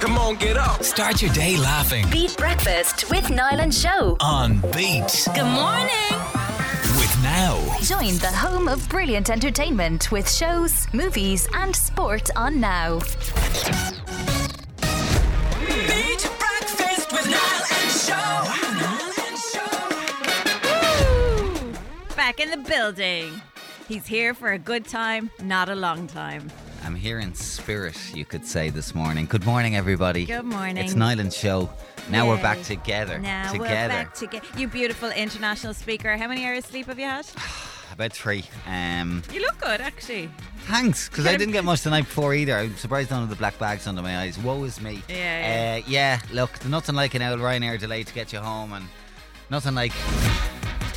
Come on, get up. Start your day laughing Beat Breakfast with Niall and Show. on Beat Good morning. with Now. Join the home of brilliant entertainment with shows, movies, and sport on Now. Beat breakfast with Niall and Show. Niall and Show. back in the building. He's here for a good time, not a long time. I'm here in spirit, you could say, this morning. Good morning, everybody. Good morning. It's Niall and Show. Now Yay. we're back together. Now together. we're back together. You beautiful international speaker. How many hours sleep have you had? About three. Um, You look good, actually. thanks, because I didn't get much the night before either. I'm surprised none of the black bags under my eyes. Woe is me. Yeah, Uh, yeah, look, nothing like an old Ryanair delay to get you home, and nothing like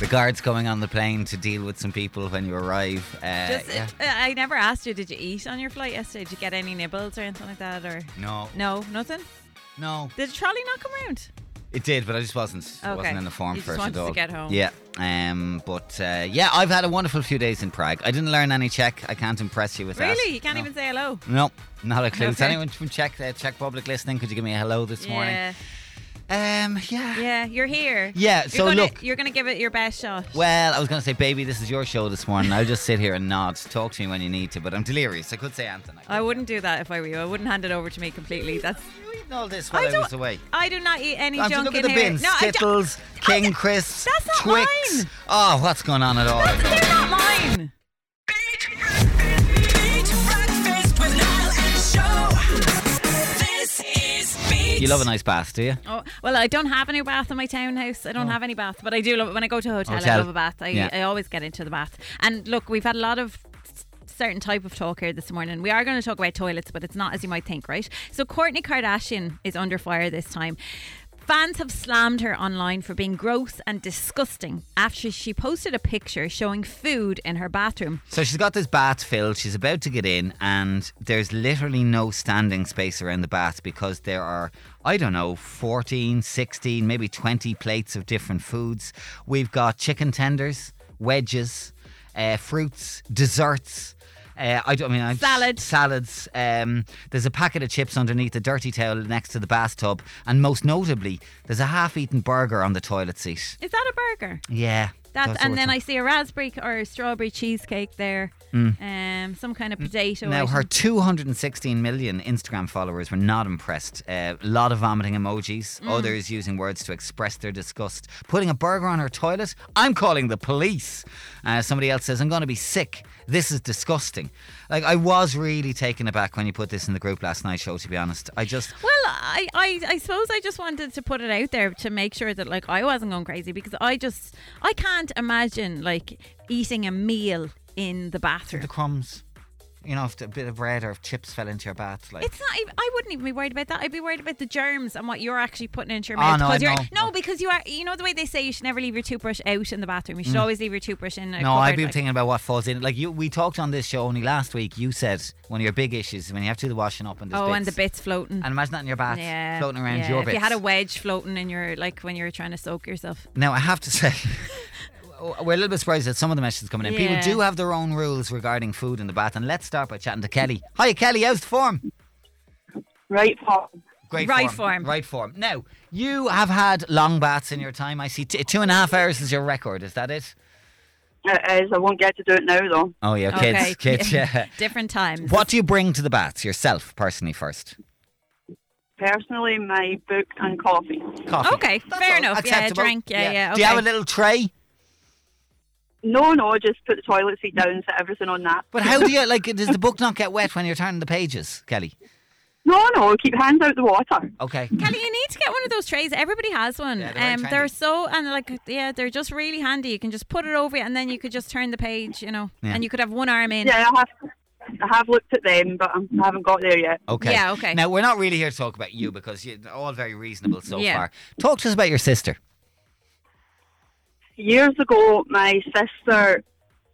the guards going on the plane to deal with some people when you arrive. Uh, Just, yeah. uh, I never asked you. Did you eat on your flight yesterday? Did you get any nibbles or anything like that? Or No, no, nothing. no, Did the trolley not come round? It did, but I just wasn't Okay. wasn't in the form You just for it wanted at to all. get home. Yeah. Um, but uh, yeah, I've had a wonderful few days in Prague. I didn't learn any Czech. I can't impress you with that. Really? You can't No. even say hello. No, not a clue. Is Okay. anyone from Czech uh, Czech Public listening? Could you give me a hello this morning? Yeah, Um, yeah. yeah. You're here. Yeah, You're so gonna, look- you're gonna give it your best shot. Well, I was going to say, baby, this is your show this morning. I'll just sit here and nod. Talk to me when you need to, but I'm delirious. I could say Anthony. I wouldn't do that if I were you. I wouldn't hand it over to me completely. That's You eating all this while I, don't- was away. I do not eat any I'm junk look in at the here. bins. no, I don't- Skittles, King Crisps, that's not Twix. mine. Oh, what's going on at all? They're not mine. Beat breakfast with Niall and Show. This is Beat. You love a nice bath, do you? Oh, well, I don't have a new bath in my townhouse. I don't have any bath, but I do love it when I go to a Oh. hotel. I Hotel. love a bath. I, Yeah. I always get into the bath. And look, we've had a lot of s- certain type of talk here this morning. We are going to talk about toilets, but it's not as you might think, right? So Courtney Kardashian is under fire this time. Fans have slammed her online for being gross and disgusting after she posted a picture showing food in her bathroom. So she's got this bath filled. She's about to get in, and there's literally no standing space around the bath because there are, I don't know, 14, 16, maybe 20 plates of different foods. We've got chicken tenders, wedges, uh, fruits, desserts. Uh, I, don't, I mean, i Salad. Salads. Um, there's a packet of chips underneath a dirty towel next to the bathtub, and most notably, there's a half-eaten burger on the toilet seat. Is that a burger? Yeah. That's, that's and what then it's- I see a raspberry c- or a strawberry cheesecake there, um, some kind of potato. Hmm. Now, item. her 216 million Instagram followers were not impressed. A lot of vomiting emojis, Mm. others using words to express their disgust. Putting a burger on her toilet? I'm calling the police. Uh, somebody else says, I'm going to be sick. This is disgusting. Like, I was really taken aback when you put this in the group last night, show, to be honest. I just. Well, I, I, I suppose I just wanted to put it out there to make sure that like I wasn't going crazy because I just I can't imagine like eating a meal in the bathroom. The crumbs. You know, if a bit of bread or if chips fell into your bath, like. It's not. Even, I wouldn't even be worried about that. I'd be worried about the germs and what you're actually putting into your Oh, mouth. no, because I you're, know. no, because you are. You know the way they say you should never leave your toothbrush out in the bathroom. You should always leave your toothbrush in. a Hmm. No, I've cupboard, been like- thinking about what falls in. Like you, we talked on this show only last week. You said one of your big issues is when you have to do the washing up and there's Oh, bits. and the bits floating. And imagine that in your bath, yeah, floating around yeah. your if bits. you had a wedge floating in your like when you were trying to soak yourself. now, I have to say, we're a little bit surprised at some of the messages coming in. Yeah. People do have their own rules regarding food in the bath. And let's start by chatting to Kelly. Hi, Kelly. How's the form? Right, Paul. Great Right form. form. Right form. Now, you have had long baths in your time. I see t- two and a half hours is your record. Is that it? It is. I won't get to do it now, though. Oh, yeah, kids. Okay. Kids, yeah. Different times. What do you bring to the baths yourself, personally, first? Personally, my book and coffee. Coffee. Okay, That's fair all enough. Yeah, acceptable. drink. Yeah, yeah, Do you have a okay. little tray? No, no, just put the toilet seat down, set everything on that. But how do you like? Does the book not get wet when you're turning the pages, Kelly? No, no, keep hands out the water. Okay. Kelly, you need to get one of those trays. Everybody has one. Yeah, they're very um, trendy. they're so and like yeah, they're just really handy. You can just put it over you, and then you could just turn the page, you know, Yeah. and you could have one arm in. Yeah, I have. I have looked at them, but I'm- I haven't got there yet. Okay. Yeah, okay. Now we're not really here to talk about you because you're all very reasonable so Yeah. far. Talk to us about your sister. Years ago, my sister,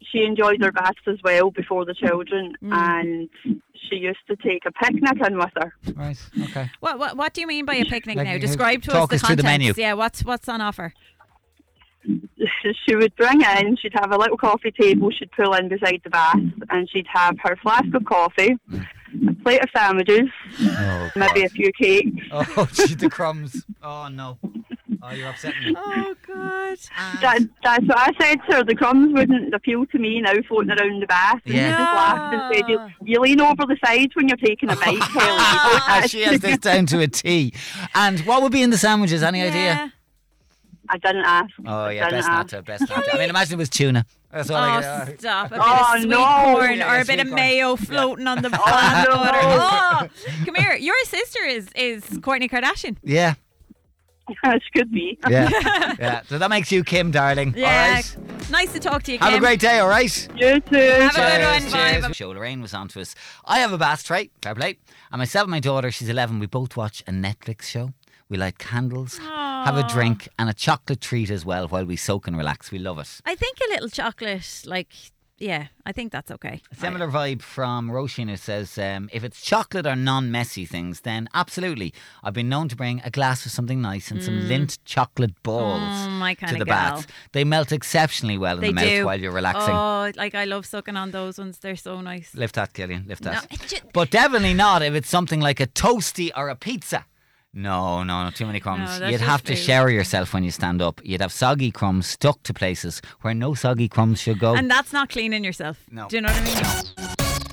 she enjoyed her baths as well before the children, and she used to take a picnic in with her. Right. Okay. What, what what do you mean by a picnic Like, now? uh, Describe to talk us us the through the contents. menu. Yeah, what's what's on offer? she would bring in, she'd have a little coffee table she'd pull in beside the bath, and she'd have her flask of coffee, a plate of sandwiches, Oh, maybe a few cakes. oh, gee, the crumbs. Oh, no. Oh, you're upsetting me. Oh God. That, that's what I said to her. The crumbs wouldn't appeal to me now floating around the bath. And Yeah. she just laughed and said, you, you lean over the side when you're taking a Oh, bite, Kelly. Ah, she has this down to a T. And what would be in the sandwiches? Any idea? I didn't ask. Oh, I yeah, didn't best not ask. to. Best not to. I mean, imagine it was tuna. That's all I Oh, could- stop. A bit Oh, of sweet no. corn Yeah, or yeah, a bit of sweet corn. mayo floating on the flat no. butter. Oh, come here. Your sister is is Courtney Kardashian. Yeah, she could be. yeah, yeah. So that makes you Kim, darling. Yeah. All right. Nice to talk to you, Kim. Have a great day, all right? You too. Have a good one. Bye. Bye. Show Lorraine was on to us. I have a bath tray, fair play. And myself and my daughter, she's 11, we both watch a Netflix show. We light candles, have a drink, and a chocolate treat as well while we soak and relax. We love it. I think a little chocolate, like, yeah, I think that's okay. A similar vibe from Roisin who says, um, if it's chocolate or non messy things, then absolutely. I've been known to bring a glass of something nice and some lint chocolate balls Mm, my to kinda the gal. bath. They melt exceptionally well in They the mouth do. while you're relaxing. Oh, like I love sucking on those ones. They're so nice. Lift that, Gillian. Lift that. it's ju- But definitely not if it's something like a toasty or a pizza. No, no, no, too many No, crumbs. that's You'd just have to food. shower yourself when you stand up. You'd have soggy crumbs stuck to places where no soggy crumbs should go. And that's not cleaning yourself. No. Do you know what I mean?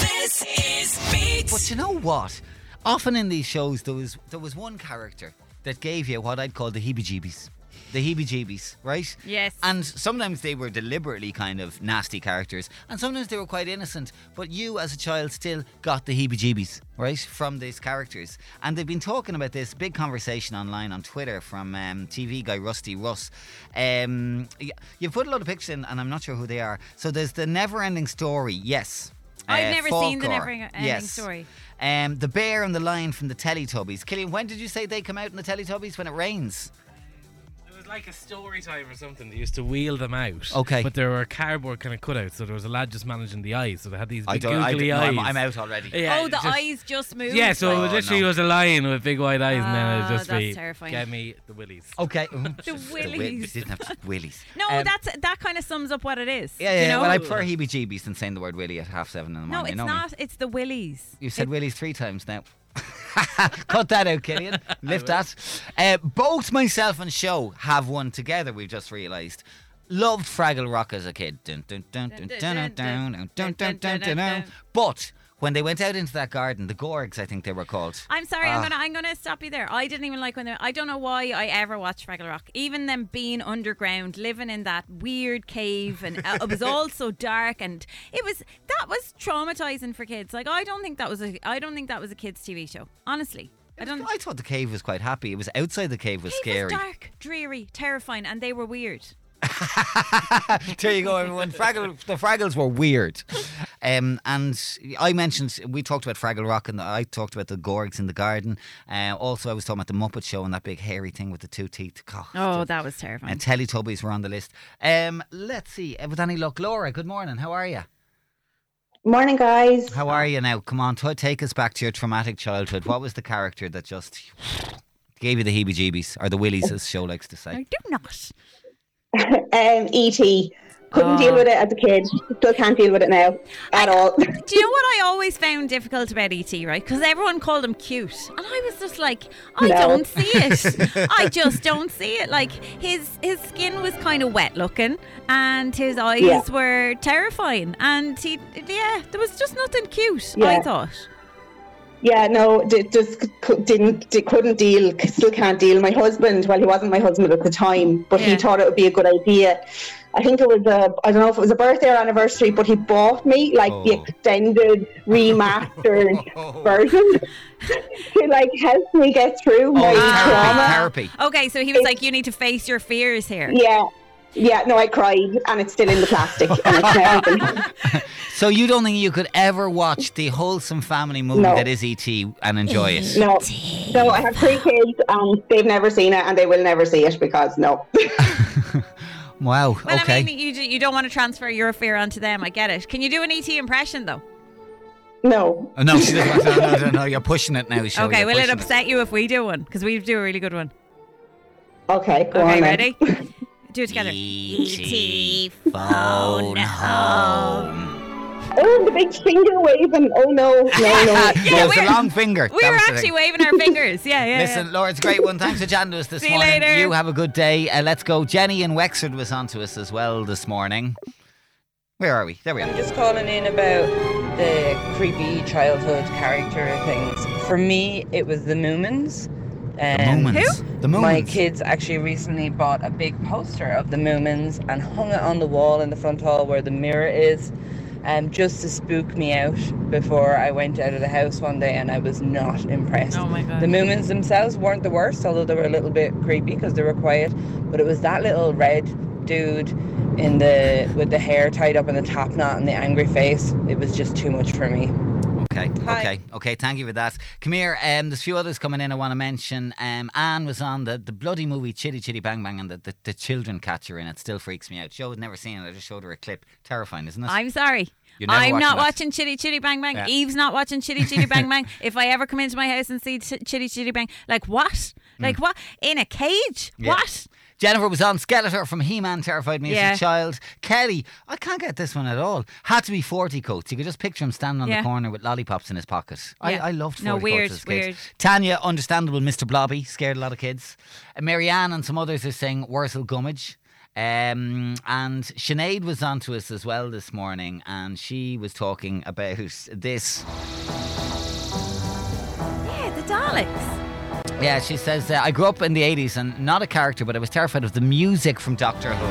This is But Beats. you know what? Often in these shows, there was there was one character that gave you what I'd call the heebie-jeebies. The heebie-jeebies, right? Yes. And sometimes they were deliberately kind of nasty characters, and sometimes they were quite innocent. But you, as a child, still got the heebie-jeebies, right, from these characters. And they've been talking about this big conversation online on Twitter from um, TV guy Rusty Russ. Um, y- you've put a lot of pictures in, and I'm not sure who they are. So there's the Never-Ending Story. Yes. I've never seen the Falkor. Never Ending Uh, Yes. Story. Um, the bear and the lion from the Teletubbies. Killian, when did you say they come out in the Teletubbies? When it rains? It was like a story time or something. They used to wheel them out. Okay. But there were cardboard kind of cutouts, so there was a lad just managing the eyes. So they had these big I don't. I googly don't- eyes. no, I'm, I'm out already. Yeah, oh, the just- eyes just moved. Yeah, so Oh, it literally no. was a lion with big white eyes, and then Ah, it'd just that's be terrifying. get me the willies. Okay. The wi- willies. didn't have to- willies. no, Um, that's that kind of sums up what it is. Yeah, Do yeah. You know? Well, I prefer heebie-jeebies than saying the word willy at half seven in the morning. no, you it's know me. not. It's the willies. You've said Willie's three times now. Cut that out, Killian. Lift that. Uh, both myself and Show have one together, we've just realised. Loved Fraggle Rock as a kid. Dun, dun, dun, dun, dun, dun, dun, dun, dun, dun, dun, dun. But when they went out into that garden, the Gorgs, I think they were called. I'm sorry. Ah. I'm gonna I'm gonna stop you there. I didn't even like when they. I don't know why I ever watched Fraggle Rock. Even them being underground, living in that weird cave, and uh, it was all so dark, and it was that was traumatizing for kids. Like I don't think that was a I don't think that was a kids TV show. Honestly, I don't. I thought the cave was quite happy. It was outside the cave was It was scary. dark, dreary, terrifying, and they were weird. there you go, everyone. Fraggle, the Fraggles were weird. Um, and I mentioned, we talked about Fraggle Rock and I talked about the Gorgs in the garden. Uh, also, I was talking about the Muppet Show and that big hairy thing with the two teeth. God, Oh, the- that was terrifying. And Teletubbies were on the list. Um, let's see. uh, With any luck, Laura, good morning. How are you? Morning, guys. How are you now? Come on, t- take us back to your traumatic childhood. What was the character that just gave you the heebie jeebies or the willies, as show likes to I say? do not. Um, ET. Couldn't Oh. deal with it as a kid. Still can't deal with it now at all. Do you know what I always found difficult about ET, right? Because everyone called him cute. And I was just like, I No. don't see it. I just don't see it. Like his his skin was kind of wet looking and his eyes Yeah. were terrifying. And he yeah, there was just nothing cute, I Yeah. thought. yeah, no, d- just c- c- didn't, d- couldn't deal. c- Still can't deal. My husband, well, he wasn't my husband at the time, but he Yeah. thought it would be a good idea. I think it was a, I don't know if it was a birthday or anniversary, but he bought me like the Oh. extended remastered version to like help me get through Oh, my trauma. therapy, therapy. Okay, so he was like, You need to face your fears here. Yeah. Yeah, no, I cried and it's still in the plastic. and it's now open. So you don't think you could ever watch the wholesome family movie No. that is ET and enjoy it? No. No, I have three kids and they've never seen it and they will never see it because no. Wow. Well, okay. I mean, you, you don't want to transfer your fear onto them. I get it. Can you do an ET impression, though? No. Oh, no, she doesn't- no, no, no, no, you're pushing it now, Show. okay, you're will it pushing upset you if we do one? Because we do a really good one. Okay, Okay, go on. then. ready? E Do it together. E.T. phone home. Oh, the big finger waving. Oh no, no, no. Well, it was we're- a long finger. We That were was the actually thing. waving our fingers. Yeah, yeah. Listen, yeah. Laura, it's a great one. Thanks for chatting to us this See you morning. later. have a good day. Uh, let's go. Jenny in Wexford was on to us as well this morning. Where are we? There we are. Just calling in about the creepy childhood character things. For me, it was the Moomins. The Um, Moomins. The Moomins. My kids actually recently bought a big poster of the Moomins and hung it on the wall in the front hall where the mirror is, um, just to spook me out before I went out of the house one day, and I was not impressed. Oh my God. The Moomins themselves weren't the worst, although they were a little bit creepy because they were quiet. But it was that little red dude in the with the hair tied up in the top knot and the angry face. It was just too much for me. Okay, Hi. okay, okay. Thank you for that. Come here. Um, there's a few others coming in. I want to mention. Um, Anne was on the, the bloody movie Chitty Chitty Bang Bang, and the, the, the children catcher in it still freaks me out. Joe had never seen it. I just showed her a clip. Terrifying, isn't it? I'm sorry. You're never I'm not watching watching Chitty Chitty Bang Bang. Yeah. Eve's not watching Chitty Chitty Bang Bang. If I ever come into my house and see Ch- Chitty Chitty Bang, like what? Like what? In a cage? Mm. Yeah. What? Jennifer was on Skeletor from He Man terrified me Yeah. as a child. Kelly, I can't get this one at all. Had to be 40 coats. You could just picture him standing on Yeah. the corner with lollipops in his pocket. Yeah. I, I loved 40 No, weird, coats as a kid. weird. Tanya, understandable, Mr. Blobby, scared a lot of kids. Uh, Marianne and some others are saying Wurzel Gummidge. Um, and Sinead was on to us as well this morning, and she was talking about this. Yeah, the Daleks. Yeah, she says, uh, I grew up in the 80s and not a character, but I was terrified of the music from Doctor Who.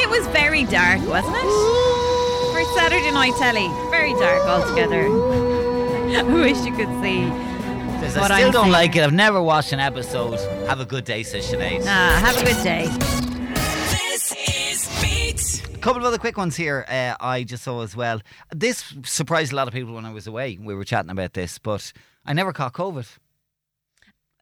It was very dark, wasn't it? For Saturday night telly, very dark altogether. I wish you could see. Says, what I still I'm don't saying. like it. I've never watched an episode. Have a good day, says Sinead. Ah, have a good day. This is Beat. A couple of other quick ones here uh, I just saw as well. This surprised a lot of people when I was away. We were chatting about this, but I never caught COVID.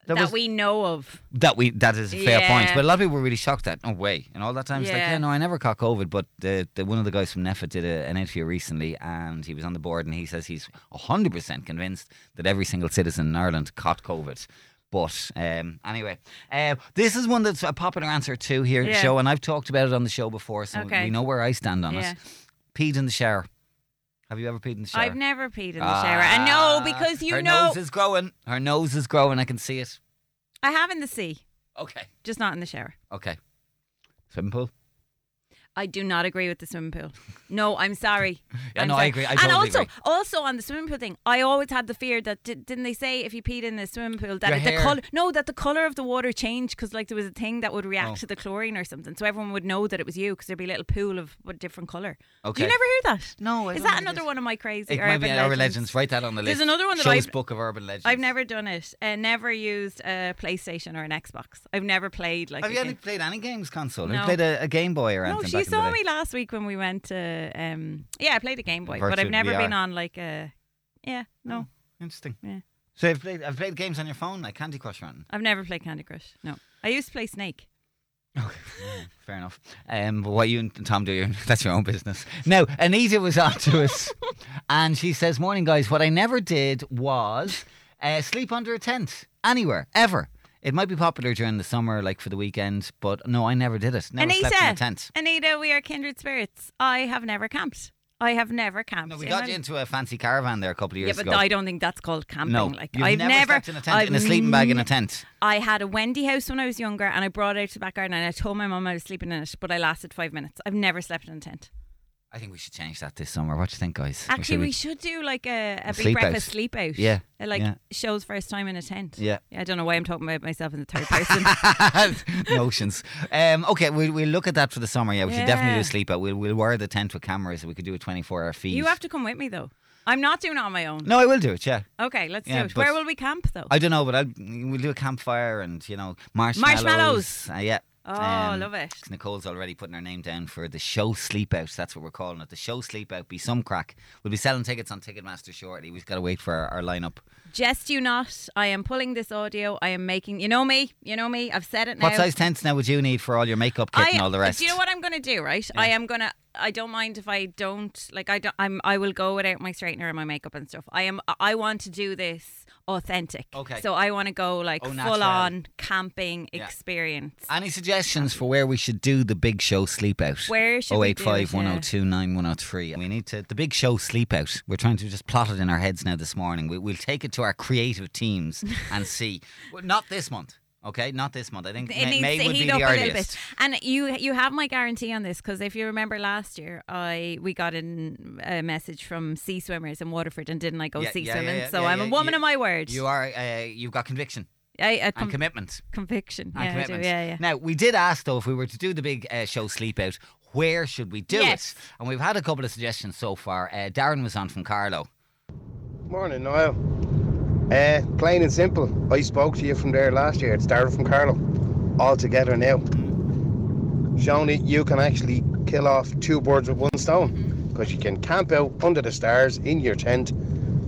There That was- we know of. that we that is a fair point, Yeah. but a lot of people were really shocked that no way and all that time. It's like Yeah. yeah, no, I never caught COVID, but the, the one of the guys from Neffa did a, an interview recently, and he was on the board, and he says he's hundred percent convinced that every single citizen in Ireland caught COVID. But um, anyway, uh, this is one that's a popular answer to here, Yeah. show, and I've talked about it on the show before, so Okay. we know where I stand on Yeah. it. Peed in the shower. Have you ever peed in the shower? Ah, I've never peed in the shower. I know because you her know nose is growing. Her nose is growing. I can see it. I have in the sea, Okay. just not in the shower. Okay. Swimming pool. I do not agree with the swimming pool. No, I'm sorry. Yeah, I'm no, I sorry. agree. I and totally also, agree. also on the swimming pool thing, I always had the fear that di- didn't they say if you peed in the swimming pool that Your the hair. color no that the color of the water changed because like there was a thing that would react Oh. to the chlorine or something, so everyone would know that it was you because there'd be a little pool of a different color. Do Okay. you never hear that? No, I is don't that think it another is. one of my crazy? It urban might be an legends? urban legends. Write that on the list. There's another one that Show's I've- book of urban legends. I've never done it. Uh, never used a PlayStation or an Xbox. I've never played like. Have a you game. any, played any games console? Have you No. played a, a Game Boy or No, anything? she back in the saw day? me last week when we went to. Um, yeah, I played a Game Boy, but I've Virtual never been VR. on like a. Yeah, no, Oh. Interesting. Yeah. So I've played. I've played games on your phone, like Candy Crush, run. I've never played Candy Crush. No, I used to play Snake. Okay, fair enough. Um, but what you and Tom do, you- that's your own business. Now, Anita was on to us, and she says, "Morning, guys. What I never did was uh, sleep under a tent anywhere ever." It might be popular during the summer, like for the weekend, but no, I never did it. Never slept in a Anita, tent. Anita, we are kindred spirits. I have never camped. I have never camped. No, we in got my- you into a fancy caravan there a couple of Yeah, years but ago. I don't think that's called camping. No, like you've I've never, slept in a tent I've in a sleeping bag in a tent. I had a Wendy house when I was younger, and I brought it out to the back garden, and I told my mum I was sleeping in it, but I lasted five minutes. I've never slept in a tent. I think we should change that this summer. What do you think, guys? Or Actually, should we should do like a, a, A big sleep breakfast out. sleep out. Yeah, Uh, Like yeah. shows first time in a tent. Yeah. I don't know why I'm talking about myself in the third person. notions. Um, okay, we'll, we'll look at that for the summer. Yeah, we should definitely do a Yeah. sleep out. We'll, we'll wear the tent with cameras. We could do a 24 hour feed. you have to come with me though. I'm not doing it on my own. No, I will do it, yeah. Okay, let's Yeah, do it. but- Where will we camp though? I don't know, but I'll, we'll do a campfire and, you know, marshmallows. Marshmallows. Uh, yeah. Oh, love it. Nicole's already putting her name down for the show sleep out. That's what we're calling it. The show sleep out. Be some crack. We'll be selling tickets on Ticketmaster shortly. We've got to wait for our, our lineup. Jest you not. I am pulling this audio. I am making. You know me. You know me. I've said it now. What size tents now would you need for all your makeup kit I- and all the rest? Do you know what I'm going to do? Right, I am going to. I don't mind if I don't like. I don't. I'm. I will go without my straightener and my makeup and stuff. I am. I want to do this authentic. Okay. So I want to go like Oh, full natural. on camping Yeah. experience. Any suggestions for where we should do the big show Oh sleep out? Where should we do it, 085 102 9103. We need to, the big show sleep out. We're trying to just plot it in our heads now this morning. We, we'll take it to our creative teams and see. Well, not this month, okay? Not this month. I think It May, needs May to would heat be up the a little earliest. bit. And you you have my guarantee on this because if you remember last year, I we got an, a message from sea swimmers in Waterford and didn't I go Yeah, sea yeah, yeah, swimming? yeah, so yeah, I'm yeah. a woman You- of my word. You are, uh, you've got conviction I, I and com- commitment. conviction. Yeah, and I do. commitment. yeah, yeah. Now we did ask though if we were to do the big uh, show sleep out, where should we do Yes. it? And we've had a couple of suggestions so far. Uh, Darren was on from Carlo. Morning, Niall. Uh, plain and simple. I spoke to you from there last year. It started from Carlo. All together now. Shoni, you can actually kill off two birds with one stone because you can camp out under the stars in your tent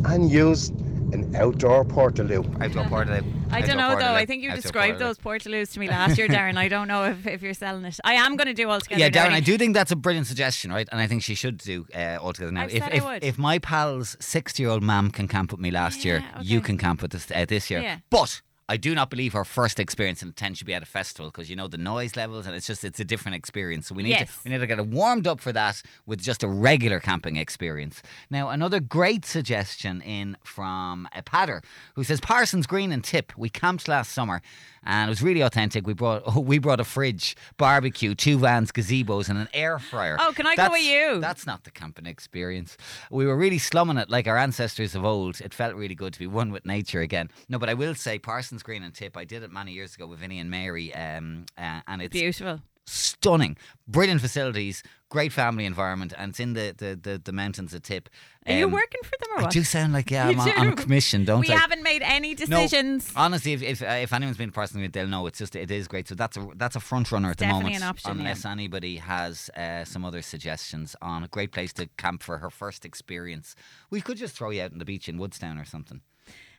and use an outdoor portaloo. Outdoor Portaloo. I Outdoor don't know though. Portaloo. I think you Outdoor described Portaloo. those portaloos to me last year, Darren. I don't know if, if you're selling it. I am going to do all together. Yeah, Darren, Dirty. I do think that's a brilliant suggestion, right? And I think she should do uh, altogether now. I've if said I if, would. if my pal's sixty-year-old mum can camp with me last year, Yeah, you okay. can camp with this uh, this year. Yeah. But I do not believe her first experience in tent should be at a festival because you know the noise levels and it's just it's a different experience. So we need Yes. to we need to get her warmed up for that with just a regular camping experience. Now another great suggestion in from a patter who says Parsons Green and Tip. We camped last summer and it was really authentic. We brought oh, we brought a fridge, barbecue, two vans, gazebos, and an air fryer. Oh, can I go That's- with you? That's not the camping experience. We were really slumming it like our ancestors of old. It felt really good to be one with nature again. No, but I will say Parsons Green and Tip. I did it many years ago with Vinny and Mary, um, uh, and it's Beautiful. stunning, brilliant facilities, great family environment, and it's in the the, the, the mountains of Tip. Are you Um, working for them or I what? do sound like yeah, I'm You on, do. I'm on commission, don't we I? haven't made any decisions. No, honestly, if if, uh, if anyone's been personally, they'll know it's just it is great. So that's a that's a front runner at the Definitely moment. an option, unless anybody has uh, some other suggestions on a great place to camp for her first experience, we could just throw you out on the beach in Woodstown or something.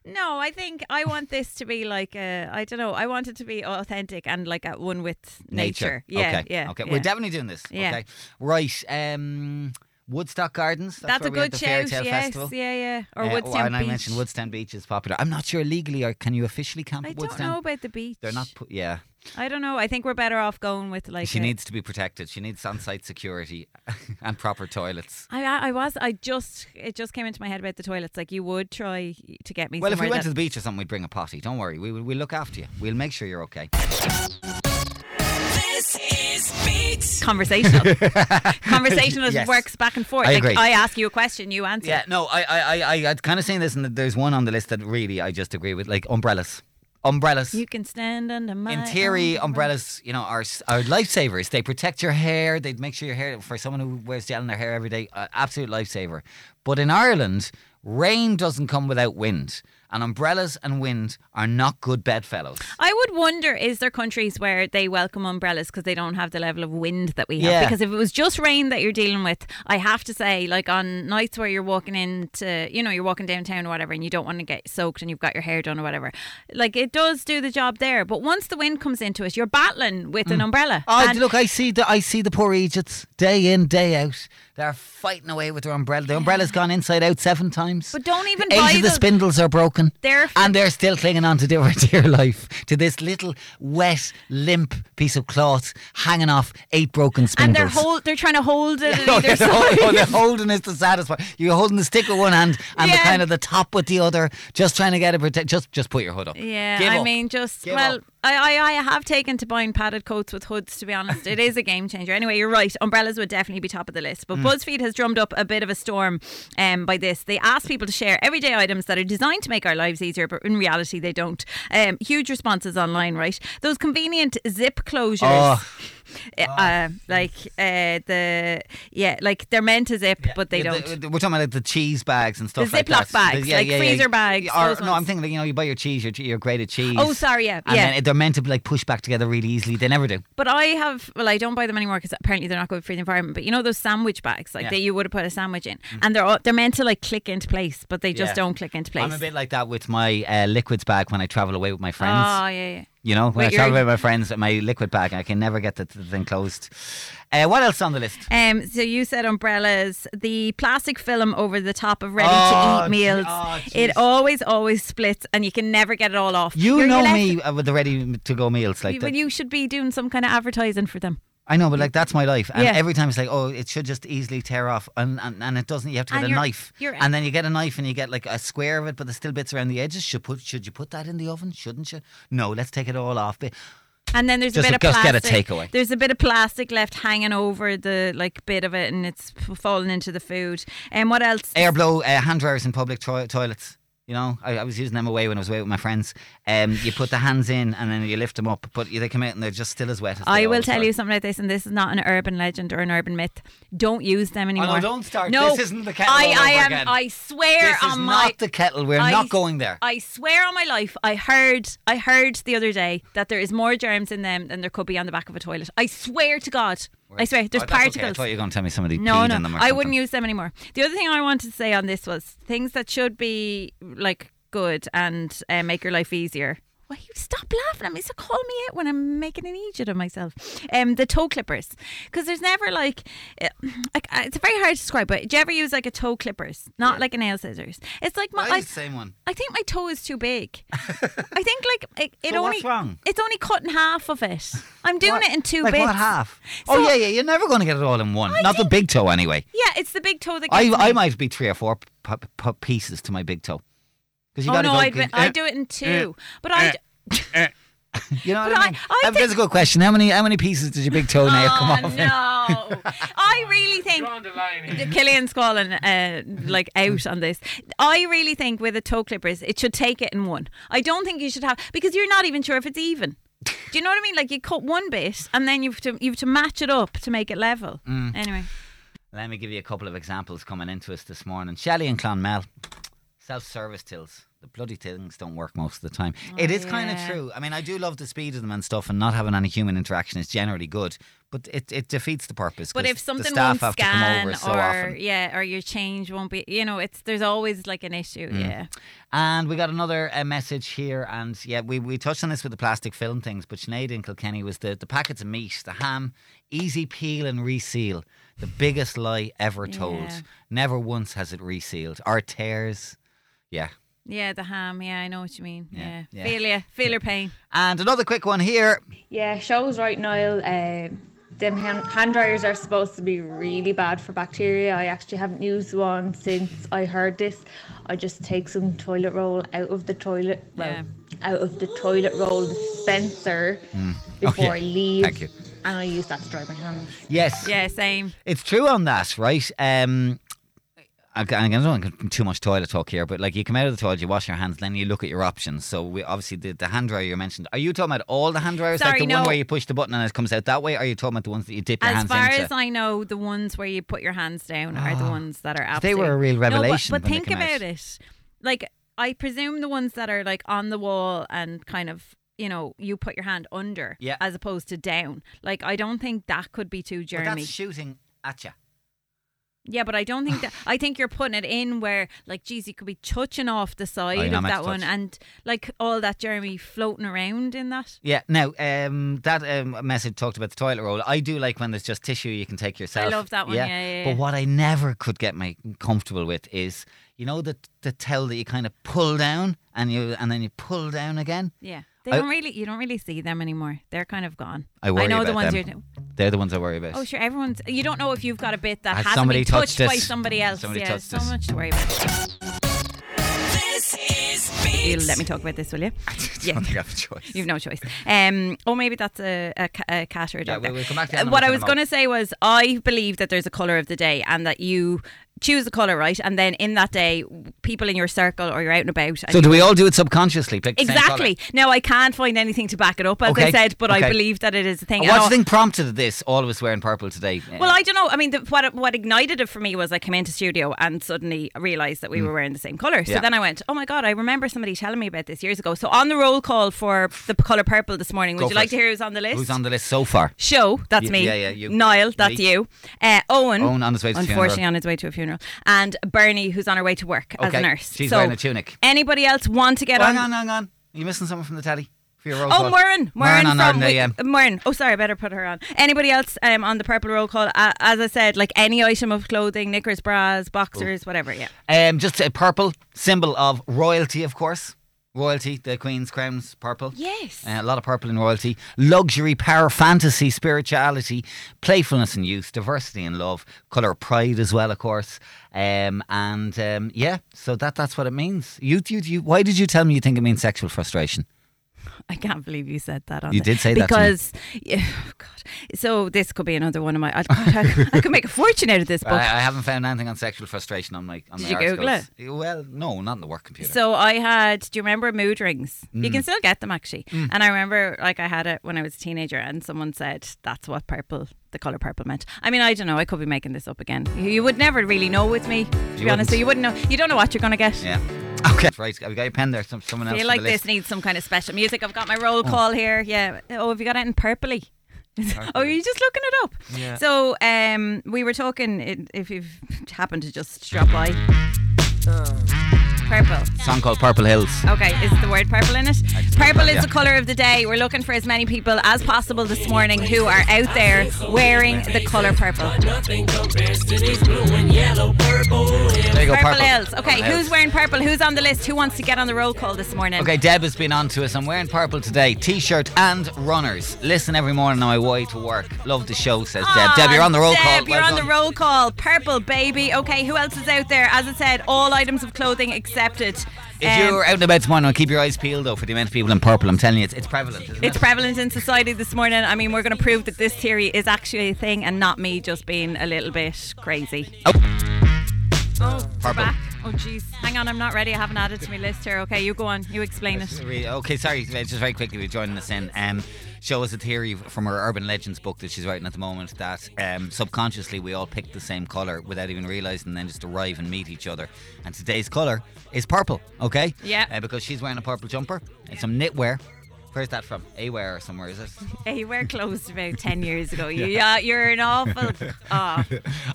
No, I think I want this to be like I I don't know. I want it to be authentic and like at one with nature. Yeah, okay. yeah. Okay. yeah. We're definitely doing this. Yeah. Okay. Right. Um, Woodstock Gardens. That's, That's, where a we had good the Fairy shout. Tale yes, Festival. yeah, yeah. Or Uh, Woodstown and I Beach. mentioned Woodstown Beach is popular. I'm not sure legally, or can you officially camp I at don't Woodstown? know about the beach. They're not. Pu- yeah. I don't know. I think we're better off going with like. She a- needs to be protected. She needs on-site security and proper toilets. I- I, I was I just it just came into my head about the toilets. Like you would try to get me. Well, if we somewhere went to that- the beach or something, we'd bring a potty. Don't worry, we will we'll look after you. We'll make sure you're okay. This is Beat. conversational, conversational Yes. works back and forth. I like agree. I ask you a question, you answer. Yeah, no, I, I, I, I I'd kind of seen this, and there's one on the list that really I just agree with, like umbrellas, umbrellas. You can stand under my. in theory, umbrella. umbrellas, you know, are s- are lifesavers. They protect your hair. They make sure your hair. For someone who wears gel in their hair every day, uh, absolute lifesaver. But in Ireland, rain doesn't come without wind, and umbrellas and wind are not good bedfellows. I would wonder is there countries where they welcome umbrellas because they don't have the level of wind that we have? Yeah. Because if it was just rain that you're dealing with, I have to say, like on nights where you're walking into, you know, you're walking downtown or whatever and you don't want to get soaked and you've got your hair done or whatever, like it does do the job there. But once the wind comes into it, you're battling with an umbrella. Oh, And look, I see the I see the poor Egypts day in day out. They're fighting away with their umbrella. The umbrella's gone inside out seven times. But don't even buy Eight of the those- spindles are broken, They're- and they're still clinging on to their dear life to this little wet, limp piece of cloth hanging off eight broken spindles. and they're hold, they're trying to hold it. on Oh, either they're, side. hold- oh, they're holding is the saddest part. You're holding the stick with one hand and the Yeah. kind of the top with the other, just trying to get it protect. Just, just put your hood up. Yeah, Give I up. mean, just Give well, up. I, I I have taken to buying padded coats with hoods. To be honest, it is a game changer. Anyway, you're right. Umbrellas would definitely be top of the list. Mm. But BuzzFeed has drummed up a bit of a storm um, by this. They ask people to share everyday items that are designed to make our lives easier, but in reality, they don't. Um, huge responses online, right? Those convenient zip closures. Oh. Uh, uh, like uh, the yeah, like they're meant to zip, but they Yeah, don't. the- the- we're talking about the cheese bags and stuff The like Ziploc that. bags, like freezer bags, Or- those no, I'm ones. thinking, like, you know, you buy your cheese, your, your grated cheese. Oh, sorry, yeah, And yeah. then they're meant to be like pushed back together really easily. They never do. But I have, well, I don't buy them anymore because apparently they're not good for the environment. But you know those sandwich bags, like Yeah. Mm-hmm. that you would have put a sandwich in, and they're all, they're meant to like click into place, but they just Yeah. don't click into place. I'm a bit like that with my uh, liquids bag when I travel away with my friends. Oh yeah, yeah. You know, when Wait, I travel you're- with my friends, my liquid bag, I can never get the th- thing closed. Uh, what else on the list? Um, so you said umbrellas, the plastic film over the top of ready Oh, to eat gee- meals. oh, jeez. it always, always splits, and you can never get it all off. You You're- you're know left- me uh, with the ready to go meals like well, that. you should be doing some kind of advertising for them. I know, but like that's my life. And Yeah. every time it's like, oh, it should just easily tear off, and and, and it doesn't. You have to get And a you're- knife, you're- and then you get a knife, and you get like a square of it, but there's still bits around the edges. Should put should you put that in the oven? Shouldn't you? No, let's take it all off. But And then there's Just- a bit of just plastic. get a takeaway. There's a bit of plastic left hanging over the like bit of it, and it's f- falling into the food. And what else? Air blow uh, hand dryers in public toi- toilets. You know, I, I was using them away when I was away with my friends. Um, you put the hands in, and then you lift them up, but they come out and they're just still as wet. as I they will always tell were. you something like this, and this is not an urban legend or an urban myth. Don't use them anymore. Oh, don't start. No, This isn't the kettle I, all over I am. again. I swear This is on not my. the kettle. We're I- not going there. I swear on my life, I heard, I heard the other day that there is more germs in them than there could be on the back of a toilet. I swear to God, I swear, there's Oh, that's okay. I particles. thought you were going to tell me somebody No, peed no, in them or I wouldn't something. use them anymore. The other thing I wanted to say on this was things that should be like good and uh, make your life easier. Why you stop laughing at me? So call me out when I'm making an idiot of myself. Um, the toe clippers, because there's never like, uh, like, uh, it's very hard to describe. But do you ever use like a toe clippers, not like a nail scissors? It's like my. I I- use the same one. I think my toe is too big. I think like it, it So only what's wrong? it's only cutting half of it. I'm doing What- it in two like bits. what half? oh So- yeah, yeah. You're never going to get it all in one. Not the big toe anyway. Yeah, it's the big toe that I gets me. I might be three or four p- p- p- pieces to my big toe. Because you Oh gotta no, go. Eh, I'd, g- I do it in two. But eh. I you know what but I I- mean? I Um, That's a good question. How many how many pieces did your big toenail come oh, off? in? no, I really think. Drawing the line here. Killian's calling uh, like out on this. I really think with a toe clippers, it should take it in one. I don't think you should have because you're not even sure if it's even. Do you know what I mean? Like you cut one bit and then you've to you've to match it up to make it level. Mm. Anyway, Let me give you a couple of examples coming into us this morning. Shelley and Clonmel, self-service tills. The bloody things don't work most of the time. it is kind of Oh, yeah. true. I mean, I do love the speed of them and stuff, and not having any human interaction is generally good. But it, it defeats the purpose. but 'cause if something the staff won't have to come scan over so or often. yeah, or your change won't be, you know, it's there's always like an issue. Mm. Yeah. And we got another uh, message here, and yeah, we, we touched on this with the plastic film things, but Sinead in Kilkenny was the, the packets of meat, the ham, easy peel and reseal. The biggest lie ever told. Yeah. Never once has it resealed. Our tears. Yeah. Yeah, the ham. Yeah, I know what you mean. Yeah, Yeah. yeah. Feel ya. Feel your pain. And another quick one here. Yeah, shows right now. Uh, them hand, hand dryers are supposed to be really bad for bacteria. I actually haven't used one since I heard this. I just take some toilet roll out of the toilet, well, Yeah. out of the toilet roll dispenser before I Oh, yeah. leave. Thank you. And I use that to dry my hands. Yes. Yeah, same. It's true on that, right? Um, I, I don't want to get too much toilet talk here, but like you come out of the toilet, you wash your hands, then you look at your options. So we obviously the, the hand dryer you mentioned. Are you talking about all the hand dryers, like Sorry, the one no. where you push the button and it comes out that way? Or are you talking about the ones that you dip your As hands far into? Ah. as I know, the ones where you put your hands down are the ones that are They absolutely. were a real revelation No, but, but when they think came out. about it. Like, I presume the ones that are like on the wall and kind of, you know, you put your hand under Yeah. as opposed to down. Like, I don't think that could be too but germy. that's shooting at you. yeah, but I don't think that. I think you're putting it in where, like, geez, you could be touching off the side you're not of meant to that one touch. and, like, all that germy floating around in that. Yeah. Now, um, that um, message talked about the toilet roll. I do like when there's just tissue you can take yourself. love that one, yeah, yeah, yeah. But what I never could get my comfortable with is, you know, the the towel that you kind of pull down and you and then you pull down again. Yeah. They I- don't really, you don't really see them anymore. They're kind of gone. I worry know the ones about them. you're. They're the ones I worry about. Oh, sure. Everyone's. You don't know if you've got a bit that Has hasn't somebody been touched, touched by this? somebody else. Somebody yeah, touched so this. much to worry about. This is You Beat. let me talk about this, will you? I don't think I have a choice. You've no choice. Um, oh, maybe that's a, a, ca- a cat or a Yeah, dog. we- there. we'll come back to Uh, animals what I in a was moment. going to say was, I believe that there's a colour of the day and that you choose a colour, right? And then in that day, w- people in your circle or you're out and about. And so you- do we all do it subconsciously? Pick the same colour? exactly. Now, I can't find anything to back it up, as Okay, I said, but okay. I believe that it is a thing. And And What do I'll- you think prompted this? All of us wearing purple today. Uh, Well, I don't know. I mean, the, what what ignited it for me was I came into studio and suddenly realised that we were wearing the same colour. So Mm. Yeah. then I went, oh my god, I remember somebody telling me about this years ago. So on the roll call for the colour purple this morning, would Go you for like it. to hear who's on the list? who's on the list so far? Show, that's Y- me. yeah, yeah, you. Niall, that's Me. you. Uh, Owen, Owen on his way to a funeral. unfortunately on his way to a funeral, and Bernie, who's on her way to work as Okay, a nurse. she's so wearing a tunic. Anybody else want to get Oh, on? hang on, hang on. Are you missing someone from the telly? for your roll Oh, call. Murren. Murren on from Ireland AM. Wi- Murren. Oh, sorry, I better put her on. Anybody else um, on the purple roll call? Uh, as I said, like any item of clothing, knickers, bras, boxers, whatever. Yeah. Um, just a purple symbol of royalty, of course. Royalty, the Queen's crown's purple. Yes. Uh, a lot of purple in royalty. Luxury, power, fantasy, spirituality, playfulness and youth, diversity and love, colour, pride as well, of course. Um, and um, yeah, so that that's what it means. You, you, you, why did you tell me you think it means sexual frustration? I can't believe you said that on You there. did say that to me. because, Yeah, oh God. So this could be another one of my. I, God, I, I could make a fortune out of this book. I, I haven't found anything on sexual frustration on my on Did my you Google articles. Well, no, not on the work computer. So I had. Do you remember mood rings? You Mm. can still get them actually. Mm. And I remember, like, I had it when I was a teenager, and someone said that's what purple, the color purple, meant. I mean, I don't know. I could be making this up again. You, you would never really know with me, to be You honest. So wouldn't. you wouldn't know. You don't know what you're gonna get. yeah. Okay. Right. Have you got your pen there? Some, someone I else. feel on like the list. this needs some kind of special music. I've got my roll Oh. call here. Yeah. Oh, have you got it in purpley? oh, you're just looking it up. Yeah. So um, we were talking, i- if you've happened to just drop by. Uh. Purple. song called Purple Hills. Okay, is the word purple in it? Purple is yeah. the colour of the day. We're looking for as many people as possible this morning who are out there wearing the colour purple. There you go, Purple purple. Hills. Okay, Purple who's Hills. wearing purple? Who's on the list? Who wants to get on the roll call this morning? Okay, Deb has been on to us. I'm wearing purple today. T shirt and runners. Listen every morning on my way to work. Love the show, says Deb. Deb, you're on the roll Deb, call. you're Well on the done. roll call. Purple baby. Okay, who else is out there? As I said, all items of clothing accepted. If Um, you're out and about tomorrow, night, keep your eyes peeled though for the amount of people in purple. I'm telling you, it's, it's prevalent. Isn't it? it's prevalent in society this morning. I mean, we're going to prove that this theory is actually a thing and not me just being a little bit crazy. Oh. Oh, we're Purple. back. Oh, jeez. Hang on, I'm not ready. I haven't added to my list here. Okay, you go on. You explain it. Really- Okay, sorry, uh, just very quickly, we're joining us in. Um, show us a theory from her urban legends book that she's writing at the moment that um, subconsciously we all pick the same color without even realizing, then just arrive and meet each other. And today's color is purple. Okay. Yeah. Uh, because she's wearing a purple jumper and some knitwear. Where's that from? A wear or somewhere is it? Hey, you were closed about 10 years ago. You, yeah. You're an awful. Oh,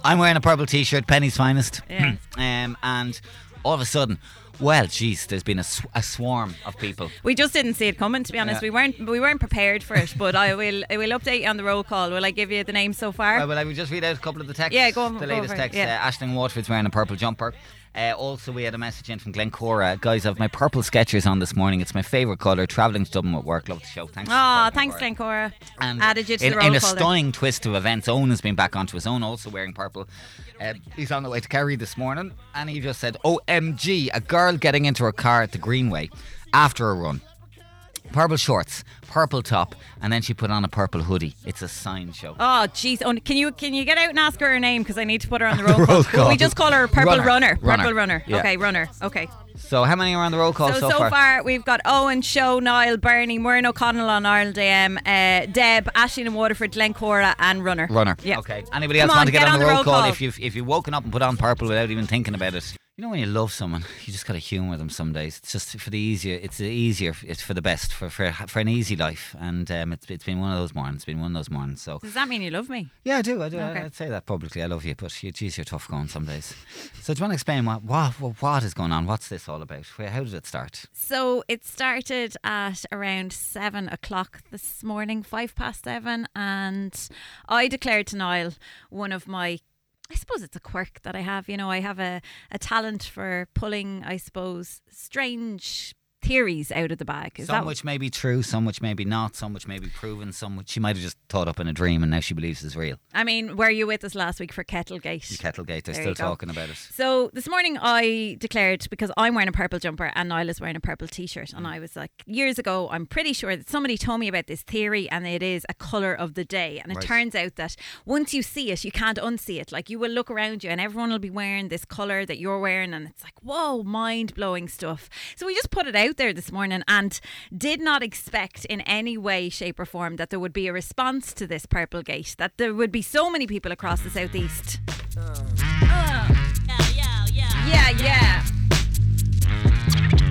I'm wearing a purple T-shirt, Penny's finest. Yeah. um, and all of a sudden, well, geez, there's been a, sw- a swarm of people. We just didn't see it coming, to be honest. Yeah. We weren't we weren't prepared for it. But I will I will update you on the roll call. Will I give you the names so far? Uh, well, I will just read out a couple of the texts. Yeah, go on, The go latest for it, text. yeah. Uh, Ashling Waterford's wearing a purple jumper. Uh, also, we had a message in from Glencora. Guys, I have my purple Skechers on this morning. It's my favourite colour. Travelling to Dublin at work. Love the show. Thanks. Oh, thanks, Glencora. And Added you to in, the roll in a call. there. stunning twist of events, Owen has been back onto his own, also wearing purple. Uh, he's on the way to Kerry this morning, and he just said, "OMG, a girl getting into her car at the Greenway after a run." Purple shorts, purple top, and then she put on a purple hoodie. It's a sign show. Oh, jeez. Oh, can you can you get out and ask her her name? Because I need to put her on the roll, roll call. Will call. we just call her Purple Runner. Runner. Runner. Purple Runner. Yeah. Oh, Okay, Runner. Okay. So, how many are on the roll call so, so far? we've got Owen, Show, Niall, Bernie, Murren O'Connell on Ireland AM, uh, Deb, Ashling and Waterford, Glencora, and Runner. Runner. Yeah. Okay. Anybody else Come want to get, on, the roll, call? call. If you've if you've woken up and put on purple without even thinking about it, you know when you love someone, you just got to humour them some days. It's just for the easier. It's the easier. It's for the best. For for for an easy life. And um, it's it's been one of those mornings. It's been one of those mornings. So. Does that mean you love me? Yeah, I do. I do. I- Mm. Okay. I'd say that publicly. I love you, but you, geez, you're tough going some days. So, do you want to explain what what what- what is going on? What's this all about? Where, how did it start? So it started at around seven o'clock this morning, five past seven, and I declared to Niall one of my I suppose it's a quirk that I have. You know, I have a, a talent for pulling, I suppose, strange theories out of the bag. Is some that which may be true, some which may be not, some which may be proven, some which she might have just thought up in a dream and now she believes is real. I mean, were you with us last week for Kettlegate? Kettlegate, There they're still you go. talking about it. So this morning I declared because I'm wearing a purple jumper and Niall is wearing a purple t-shirt and I was like years ago I'm pretty sure that somebody told me about this theory and it is a color of the day and it Right. turns out that once you see it you can't unsee it like you will look around you and everyone will be wearing this color that you're wearing and it's like whoa mind blowing stuff. So we just put it out there this morning and did not expect in any way shape or form that there would be a response to this purple gate that there would be so many people across the southeast. Yeah, yeah.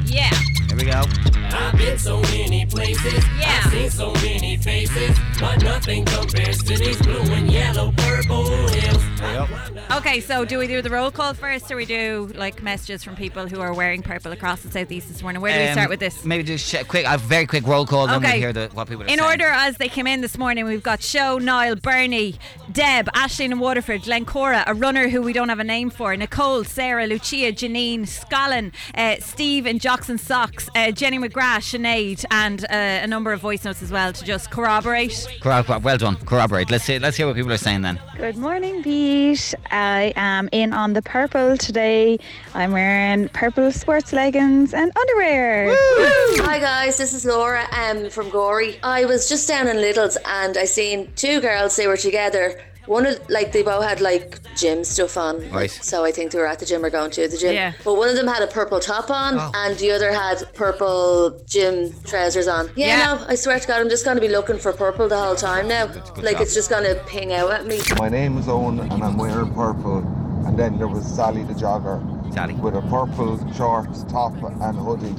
Yeah. Here we go. I've been so many places. Yeah. I've seen so many faces. But nothing compares to these blue and yellow purple hills. Oh, Okay, so do we do the roll call first, or we do like messages from people who are wearing purple across the southeast this morning? Where do we Um, start with this? Maybe just sh- quick, a very quick roll call. Then Okay. we hear the, what people are In saying. order as they came in this morning, we've got Show, Niall, Bernie, Deb, Ashton and Waterford, Lencora, a runner who we don't have a name for, Nicole, Sarah, Lucia, Janine, Scallon, uh, Steve and Jocks and Socks, uh, Jenny McGrath, Sinead, and uh, a number of voice notes as well to just corroborate. Corrobor- well done. Corroborate. Let's see. Let's hear what people are saying then. Good morning, Beat. I am in on the purple today. I'm wearing purple sports leggings and underwear. Hi guys, this is Laura um, from Gory. I was just down in Little's and I seen two girls. They were together. One of like they both had like gym stuff on, Right. so I think they were at the gym or going to the gym. Yeah. But one of them had a purple top on Oh. um, and the other had purple gym trousers on. Yeah, Yeah. no, I swear to God, I'm just gonna be looking for purple the whole time now. Like job. it's just gonna ping out at me. My name is Owen and I'm wearing purple. And then there was Sally the jogger. Sally. With a purple shorts, top and hoodie.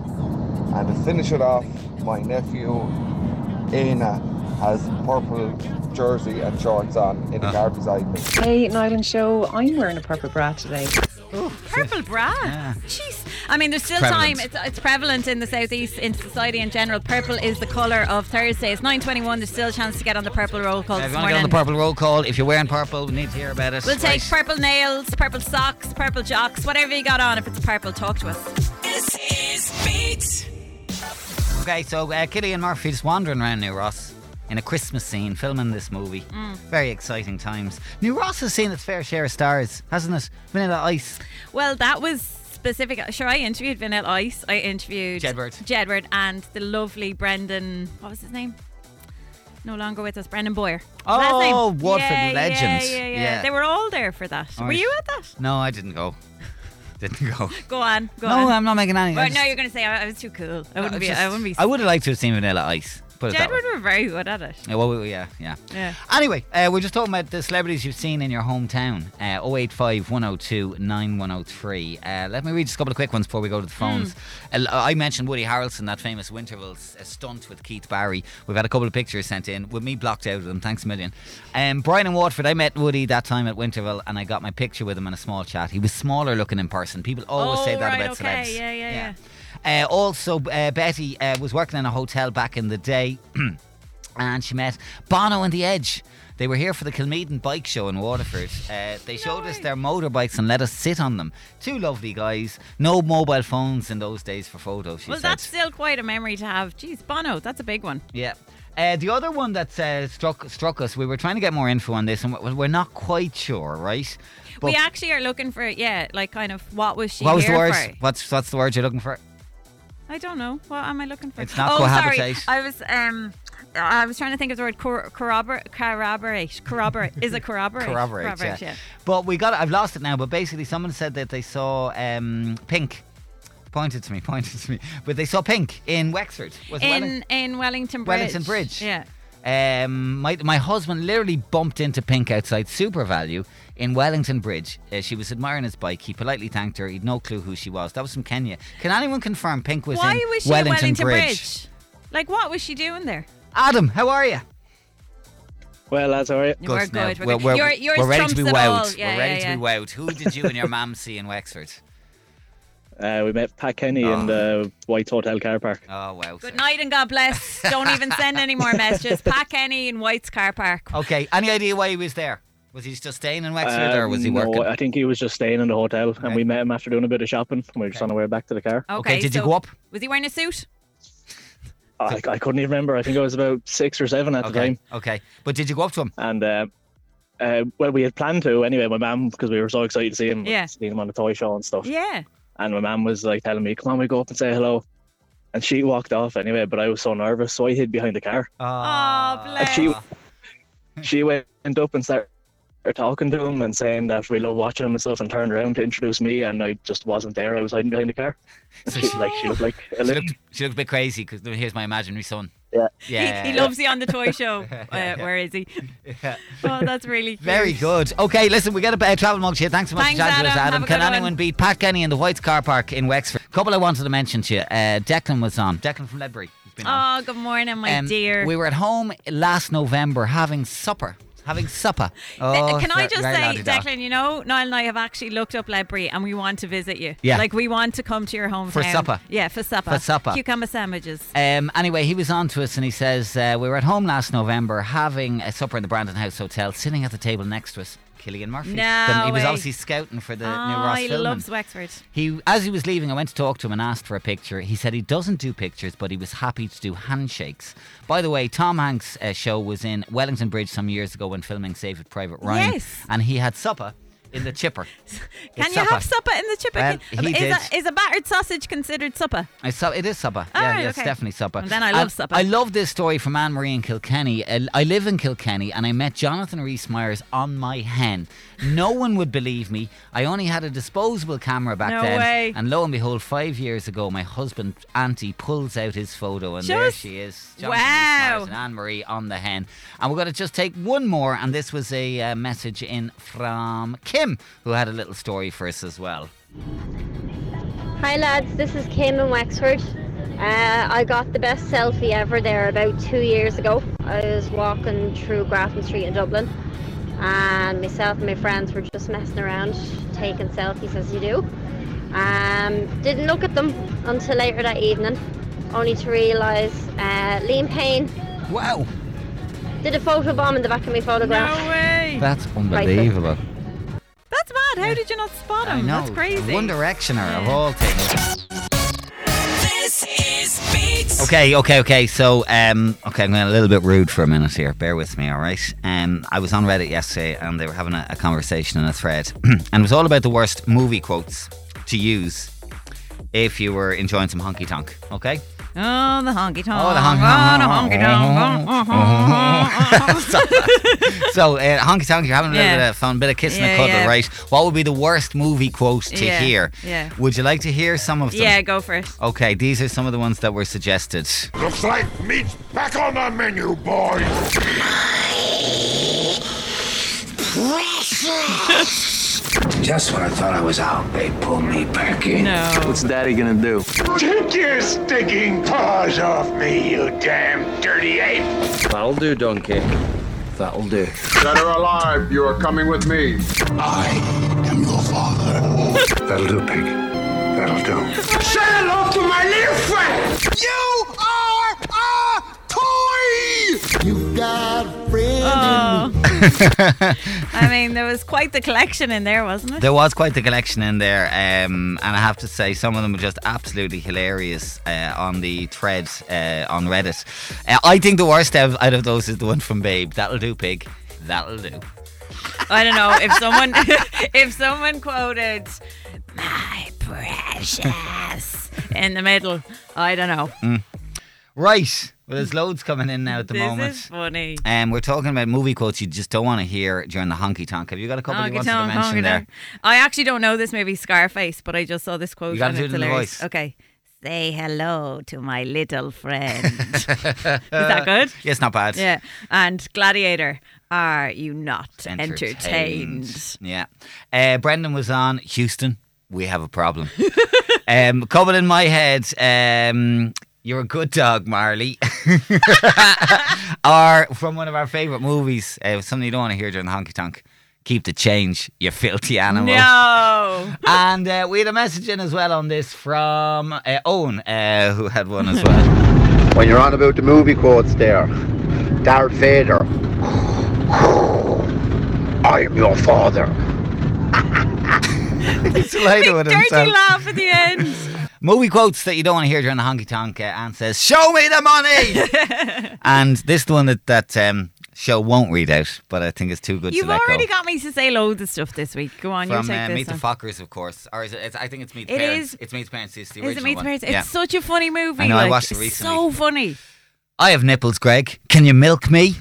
And to finish it off, my nephew Aina has purple jersey and shorts on in the car beside me. Hey, Niall and Show, I'm wearing a purple bra today. Purple bra. Jeez. I mean, there's still Prevalent. time. It's, it's prevalent in the southeast, in society in general. Purple is the colour of Thursday. It's 9.21. There's still a chance to get on the purple roll call Now, if this you want to get morning. on the purple roll call, if you're wearing purple, we need to hear about it. We'll take Right. purple nails, purple socks, purple jocks, whatever you got on. If it's purple, talk to us. This is Beat. Okay, so uh, Killian Murphy just wandering around New Ross in a Christmas scene, filming this movie. Mm. Very exciting times. New Ross has seen its fair share of stars, hasn't it? Vanilla Ice. Well, that was specific. Sure, I interviewed Vanilla Ice. I interviewed Jedward. Jedward and the lovely Brendan. What was his name? No longer with us, Brendan Boyer. Oh, Last name. Waterford yeah, legend. Yeah, yeah, yeah, Yeah. They were all there for that. All Were right. you at that? No, I didn't go. Didn't go. Go on. Go no, on. I'm not making any. I Well, just- no, you're going to say I, I was too cool. I wouldn't be. I wouldn't be. I would have liked to have seen Vanilla Ice. Put it that way. Jedward were very good at it. Yeah, well, yeah, yeah. Yeah. Anyway, uh, we're just talking about the celebrities you've seen in your hometown. Uh, 085 102 9103. Uh, let me read just a couple of quick ones before we go to the phones. Hmm. Uh, I mentioned Woody Harrelson, that famous Winterville's uh, stunt with Keith Barry. We've had a couple of pictures sent in with me blocked out of them. Thanks a million. Um, Brian and Watford, I met Woody that time at Winterville and I got my picture with him in a small chat. He was smaller looking in person. People always oh, say that right, about okay. celebs. Yeah, yeah, yeah. Uh, also, uh, Betty uh, was working in a hotel back in the day and she met Bono and The Edge. They were here for the Kilmeaden Bike Show in Waterford. Uh, they showed us their motorbikes and let us sit on them. Two lovely guys. No mobile phones in those days for photos, she Well, said. that's still quite a memory to have. Jeez, Bono, that's a big one. Yeah. Uh, the other one that uh, struck struck us, we were trying to get more info on this, and we- we're not quite sure, right? we actually are looking for, yeah, like kind of what was she what was the here word? for? What's what's the word you're looking for? I don't know. What am I looking for? It's not oh, sorry. cohabitate. I was um, I was trying to think of the word cor- corrobor- corroborate. Corroborate is it corroborate? Corroborate, yeah. But we got I've lost it now, but basically someone said that they saw um, pink. Pointed to me, pointed to me. But they saw pink in Wexford. Was it In Welling- in Wellington Bridge. Wellington Bridge. Yeah. Um, my, my husband literally bumped into Pink outside Super Value in Wellington Bridge. Uh, she was admiring his bike. He politely thanked her. He'd no clue who she was. That was from Kenya. Can anyone confirm Pink was Why in was she Wellington, at Wellington Bridge? Bridge? Like, what was she doing there? Adam, how are you? Well, lads, all right. We're good, now. we're good. We're, we're- Your- yours we're ready trumps to be them all. wowed. Yeah, we're ready yeah, to be yeah. wowed. Who did you and your mam see in Wexford? Uh, we met Pat Kenny uh, in the White Hotel car park. Oh, wow. Good night and God bless. Don't even send any more messages. Pat Kenny in White's car park. Okay, any idea why he was there? Was he just staying in Wexford or was he working? Um, No, uh, I think he was just staying in the hotel, and we met him after doing a bit of shopping, and we were just on our way back to the car. Okay. so Was he wearing a suit? I, I couldn't even remember. I think I was about six or seven at the Okay, time. Okay, but did you go up to him? And uh, uh, well, we had planned to anyway. My mum, because we were so excited to see him, Yeah. seeing him on the toy show and Oh. stuff. Yeah. And my mum was like telling me, "Come on, we go up and say hello." And she walked off anyway, but I was so nervous, so I hid behind the car. Uh, Ah. Oh, And she she went up and started talking to him and saying that we love watching him and stuff and turned around to introduce me and I just wasn't there. I was hiding behind the car. she, like she looked like a She little looked, she looked a bit crazy because here's my imaginary son. Yeah. Yeah. He, he loves you on the toy show. Uh, Where is he? Yeah. Oh, that's really cute. Very good. Okay, listen, we got a, uh, travel mug here. Thanks so much Thanks, for chatting to us, Adam. Adam. Have a Can good anyone one. beat Pat Kenny in the White's car park in Wexford? Couple I wanted to mention to you. Uh, Declan was on. Declan from Ledbury. Oh, good morning, my Um, dear. We were at home last November having supper. having supper. Th- Oh, Can I ver- just very say, la-di-da. Declan, you know, Niall and I have actually looked up Ledbury and we want to visit you. Yeah. Like, we want to come to your hometown. For supper. Yeah, for supper. For supper. Cucumber sandwiches. Um, anyway, he was on to us and he says, uh, We were at home last November having a supper in the Brandon House Hotel. Sitting at the table next to us, Killian Murphy. No The- he was way. obviously scouting for the new Oh, Ross he Filmon. loves Wexford. He, as he was leaving, I went to talk to him and asked for a picture. He said he doesn't do pictures, but he was happy to do handshakes. By the way, Tom Hanks' uh, show was in Wellington Bridge some years ago when filming Save It Private Ryan, Yes. and he had supper in the chipper. Can It's you have supper in the chipper? Well, Can- he is, did. A, is a battered sausage considered supper? It's su- it is supper. All yeah, right, yeah, it's Oh, okay. definitely supper. Well, then I love And supper. I love this story from Anne Marie in Kilkenny. I I live in Kilkenny and I met Jonathan Rhys Myers on my hen. No one would believe me. I only had a disposable camera back No then. way. And lo and behold, five years ago, my husband, Auntie, pulls out his photo and there Just- she is. Wow. Rhys Myers and Anne Marie on the hen. And we're going to just take one more. And this was a uh, message in from Kim, who had a little story for us as well. Hi lads, this is Kim in Wexford. Uh, I got the best selfie ever there about two years ago. I was walking through Grafton Street in Dublin, and myself and my friends were just messing around, taking selfies as you do. Um, didn't look at them until later that evening, only to realise uh, Liam Payne. Wow. Did a photo bomb in the back of my photograph. No way. That's unbelievable. That's mad. How did you not spot him? I know. That's crazy. One Directioner of all things. This is Beats. Okay, okay, okay. So, um, okay, I'm going a little bit rude for a minute here. Bear with me, all right? Um, I was on Reddit yesterday and they were having a, a conversation in a thread, and it was all about the worst movie quotes to use if you were enjoying some honky tonk, okay? Oh, the honky tonk. Oh, the honky tonk. the honky tonk. Oh, Stop that. So, uh, honky tonk, you're having a little Yeah. bit of fun, bit of kissing and Yeah, a cuddle, yeah. right? What would be the worst movie quote to Yeah, hear? yeah. Would you like to hear some of them? Yeah, go for it. Okay, these are some of the ones that were suggested. Looks like meat's back on the menu, boys. Just when I thought I was out, they pulled me back in. No. What's Daddy gonna do? Take your stinking paws off me, you damn dirty ape. That'll do, donkey. That'll do. Dead or alive, you are coming with me. I am your father. That'll do, pig. That'll do. Say hello to my little friend. You are a toy. You got a friend. Oh. I mean, there was quite the collection in there, wasn't it? There was quite the collection in there, um, and I have to say, some of them were just absolutely hilarious uh, on the thread uh, on Reddit. Uh, I think the worst out of- out of those is the one from Babe. That'll do, pig. That'll do. I don't know if someone if someone quoted my precious in the middle. I don't know. Mm. Right. Well, there's loads coming in now at the this moment. is funny. Um, we're talking about movie quotes you just don't want to hear during the honky tonk. Have you got a couple you Honky wanted tonk, to mention honky there? tonk. I actually don't know this movie Scarface, but I just saw this quote. You gotta and do it's it in the hilarious. voice. Okay. Say hello to my little friend. is that good? Yes, not bad. Yeah. And Gladiator, are you not entertained? Entertained. Yeah. Uh, Brendan was on Houston. We have a problem. um, coming in my head. Um, you're a good dog, Marley. or from one of our favourite movies, uh, something you don't want to hear during the honky tonk. Keep the change, you filthy animal. No. and uh, we had a message in as well on this from uh, Owen, uh, who had one as well. When you're on about the movie quotes there, Darth Vader. I am your father. He's delighted with Dirty himself. laugh at the end. Movie quotes that you don't want to hear during the honky tonk. Uh, Anne says, "Show me the money." and this is the one that that um, show won't read out, but I think it's too good You've to let already go. got me to say loads of stuff this week. Go on, you From take uh, this Meet one. the Fockers, of course, or is it, it's, I think it's Meet the It Parents. is- It's Meet the Parents. It's the Is original it Meet the one. Parents? Yeah. It's such a funny movie. I know, I like, watched it it's recently. So funny. I have nipples, Greg. Can you milk me?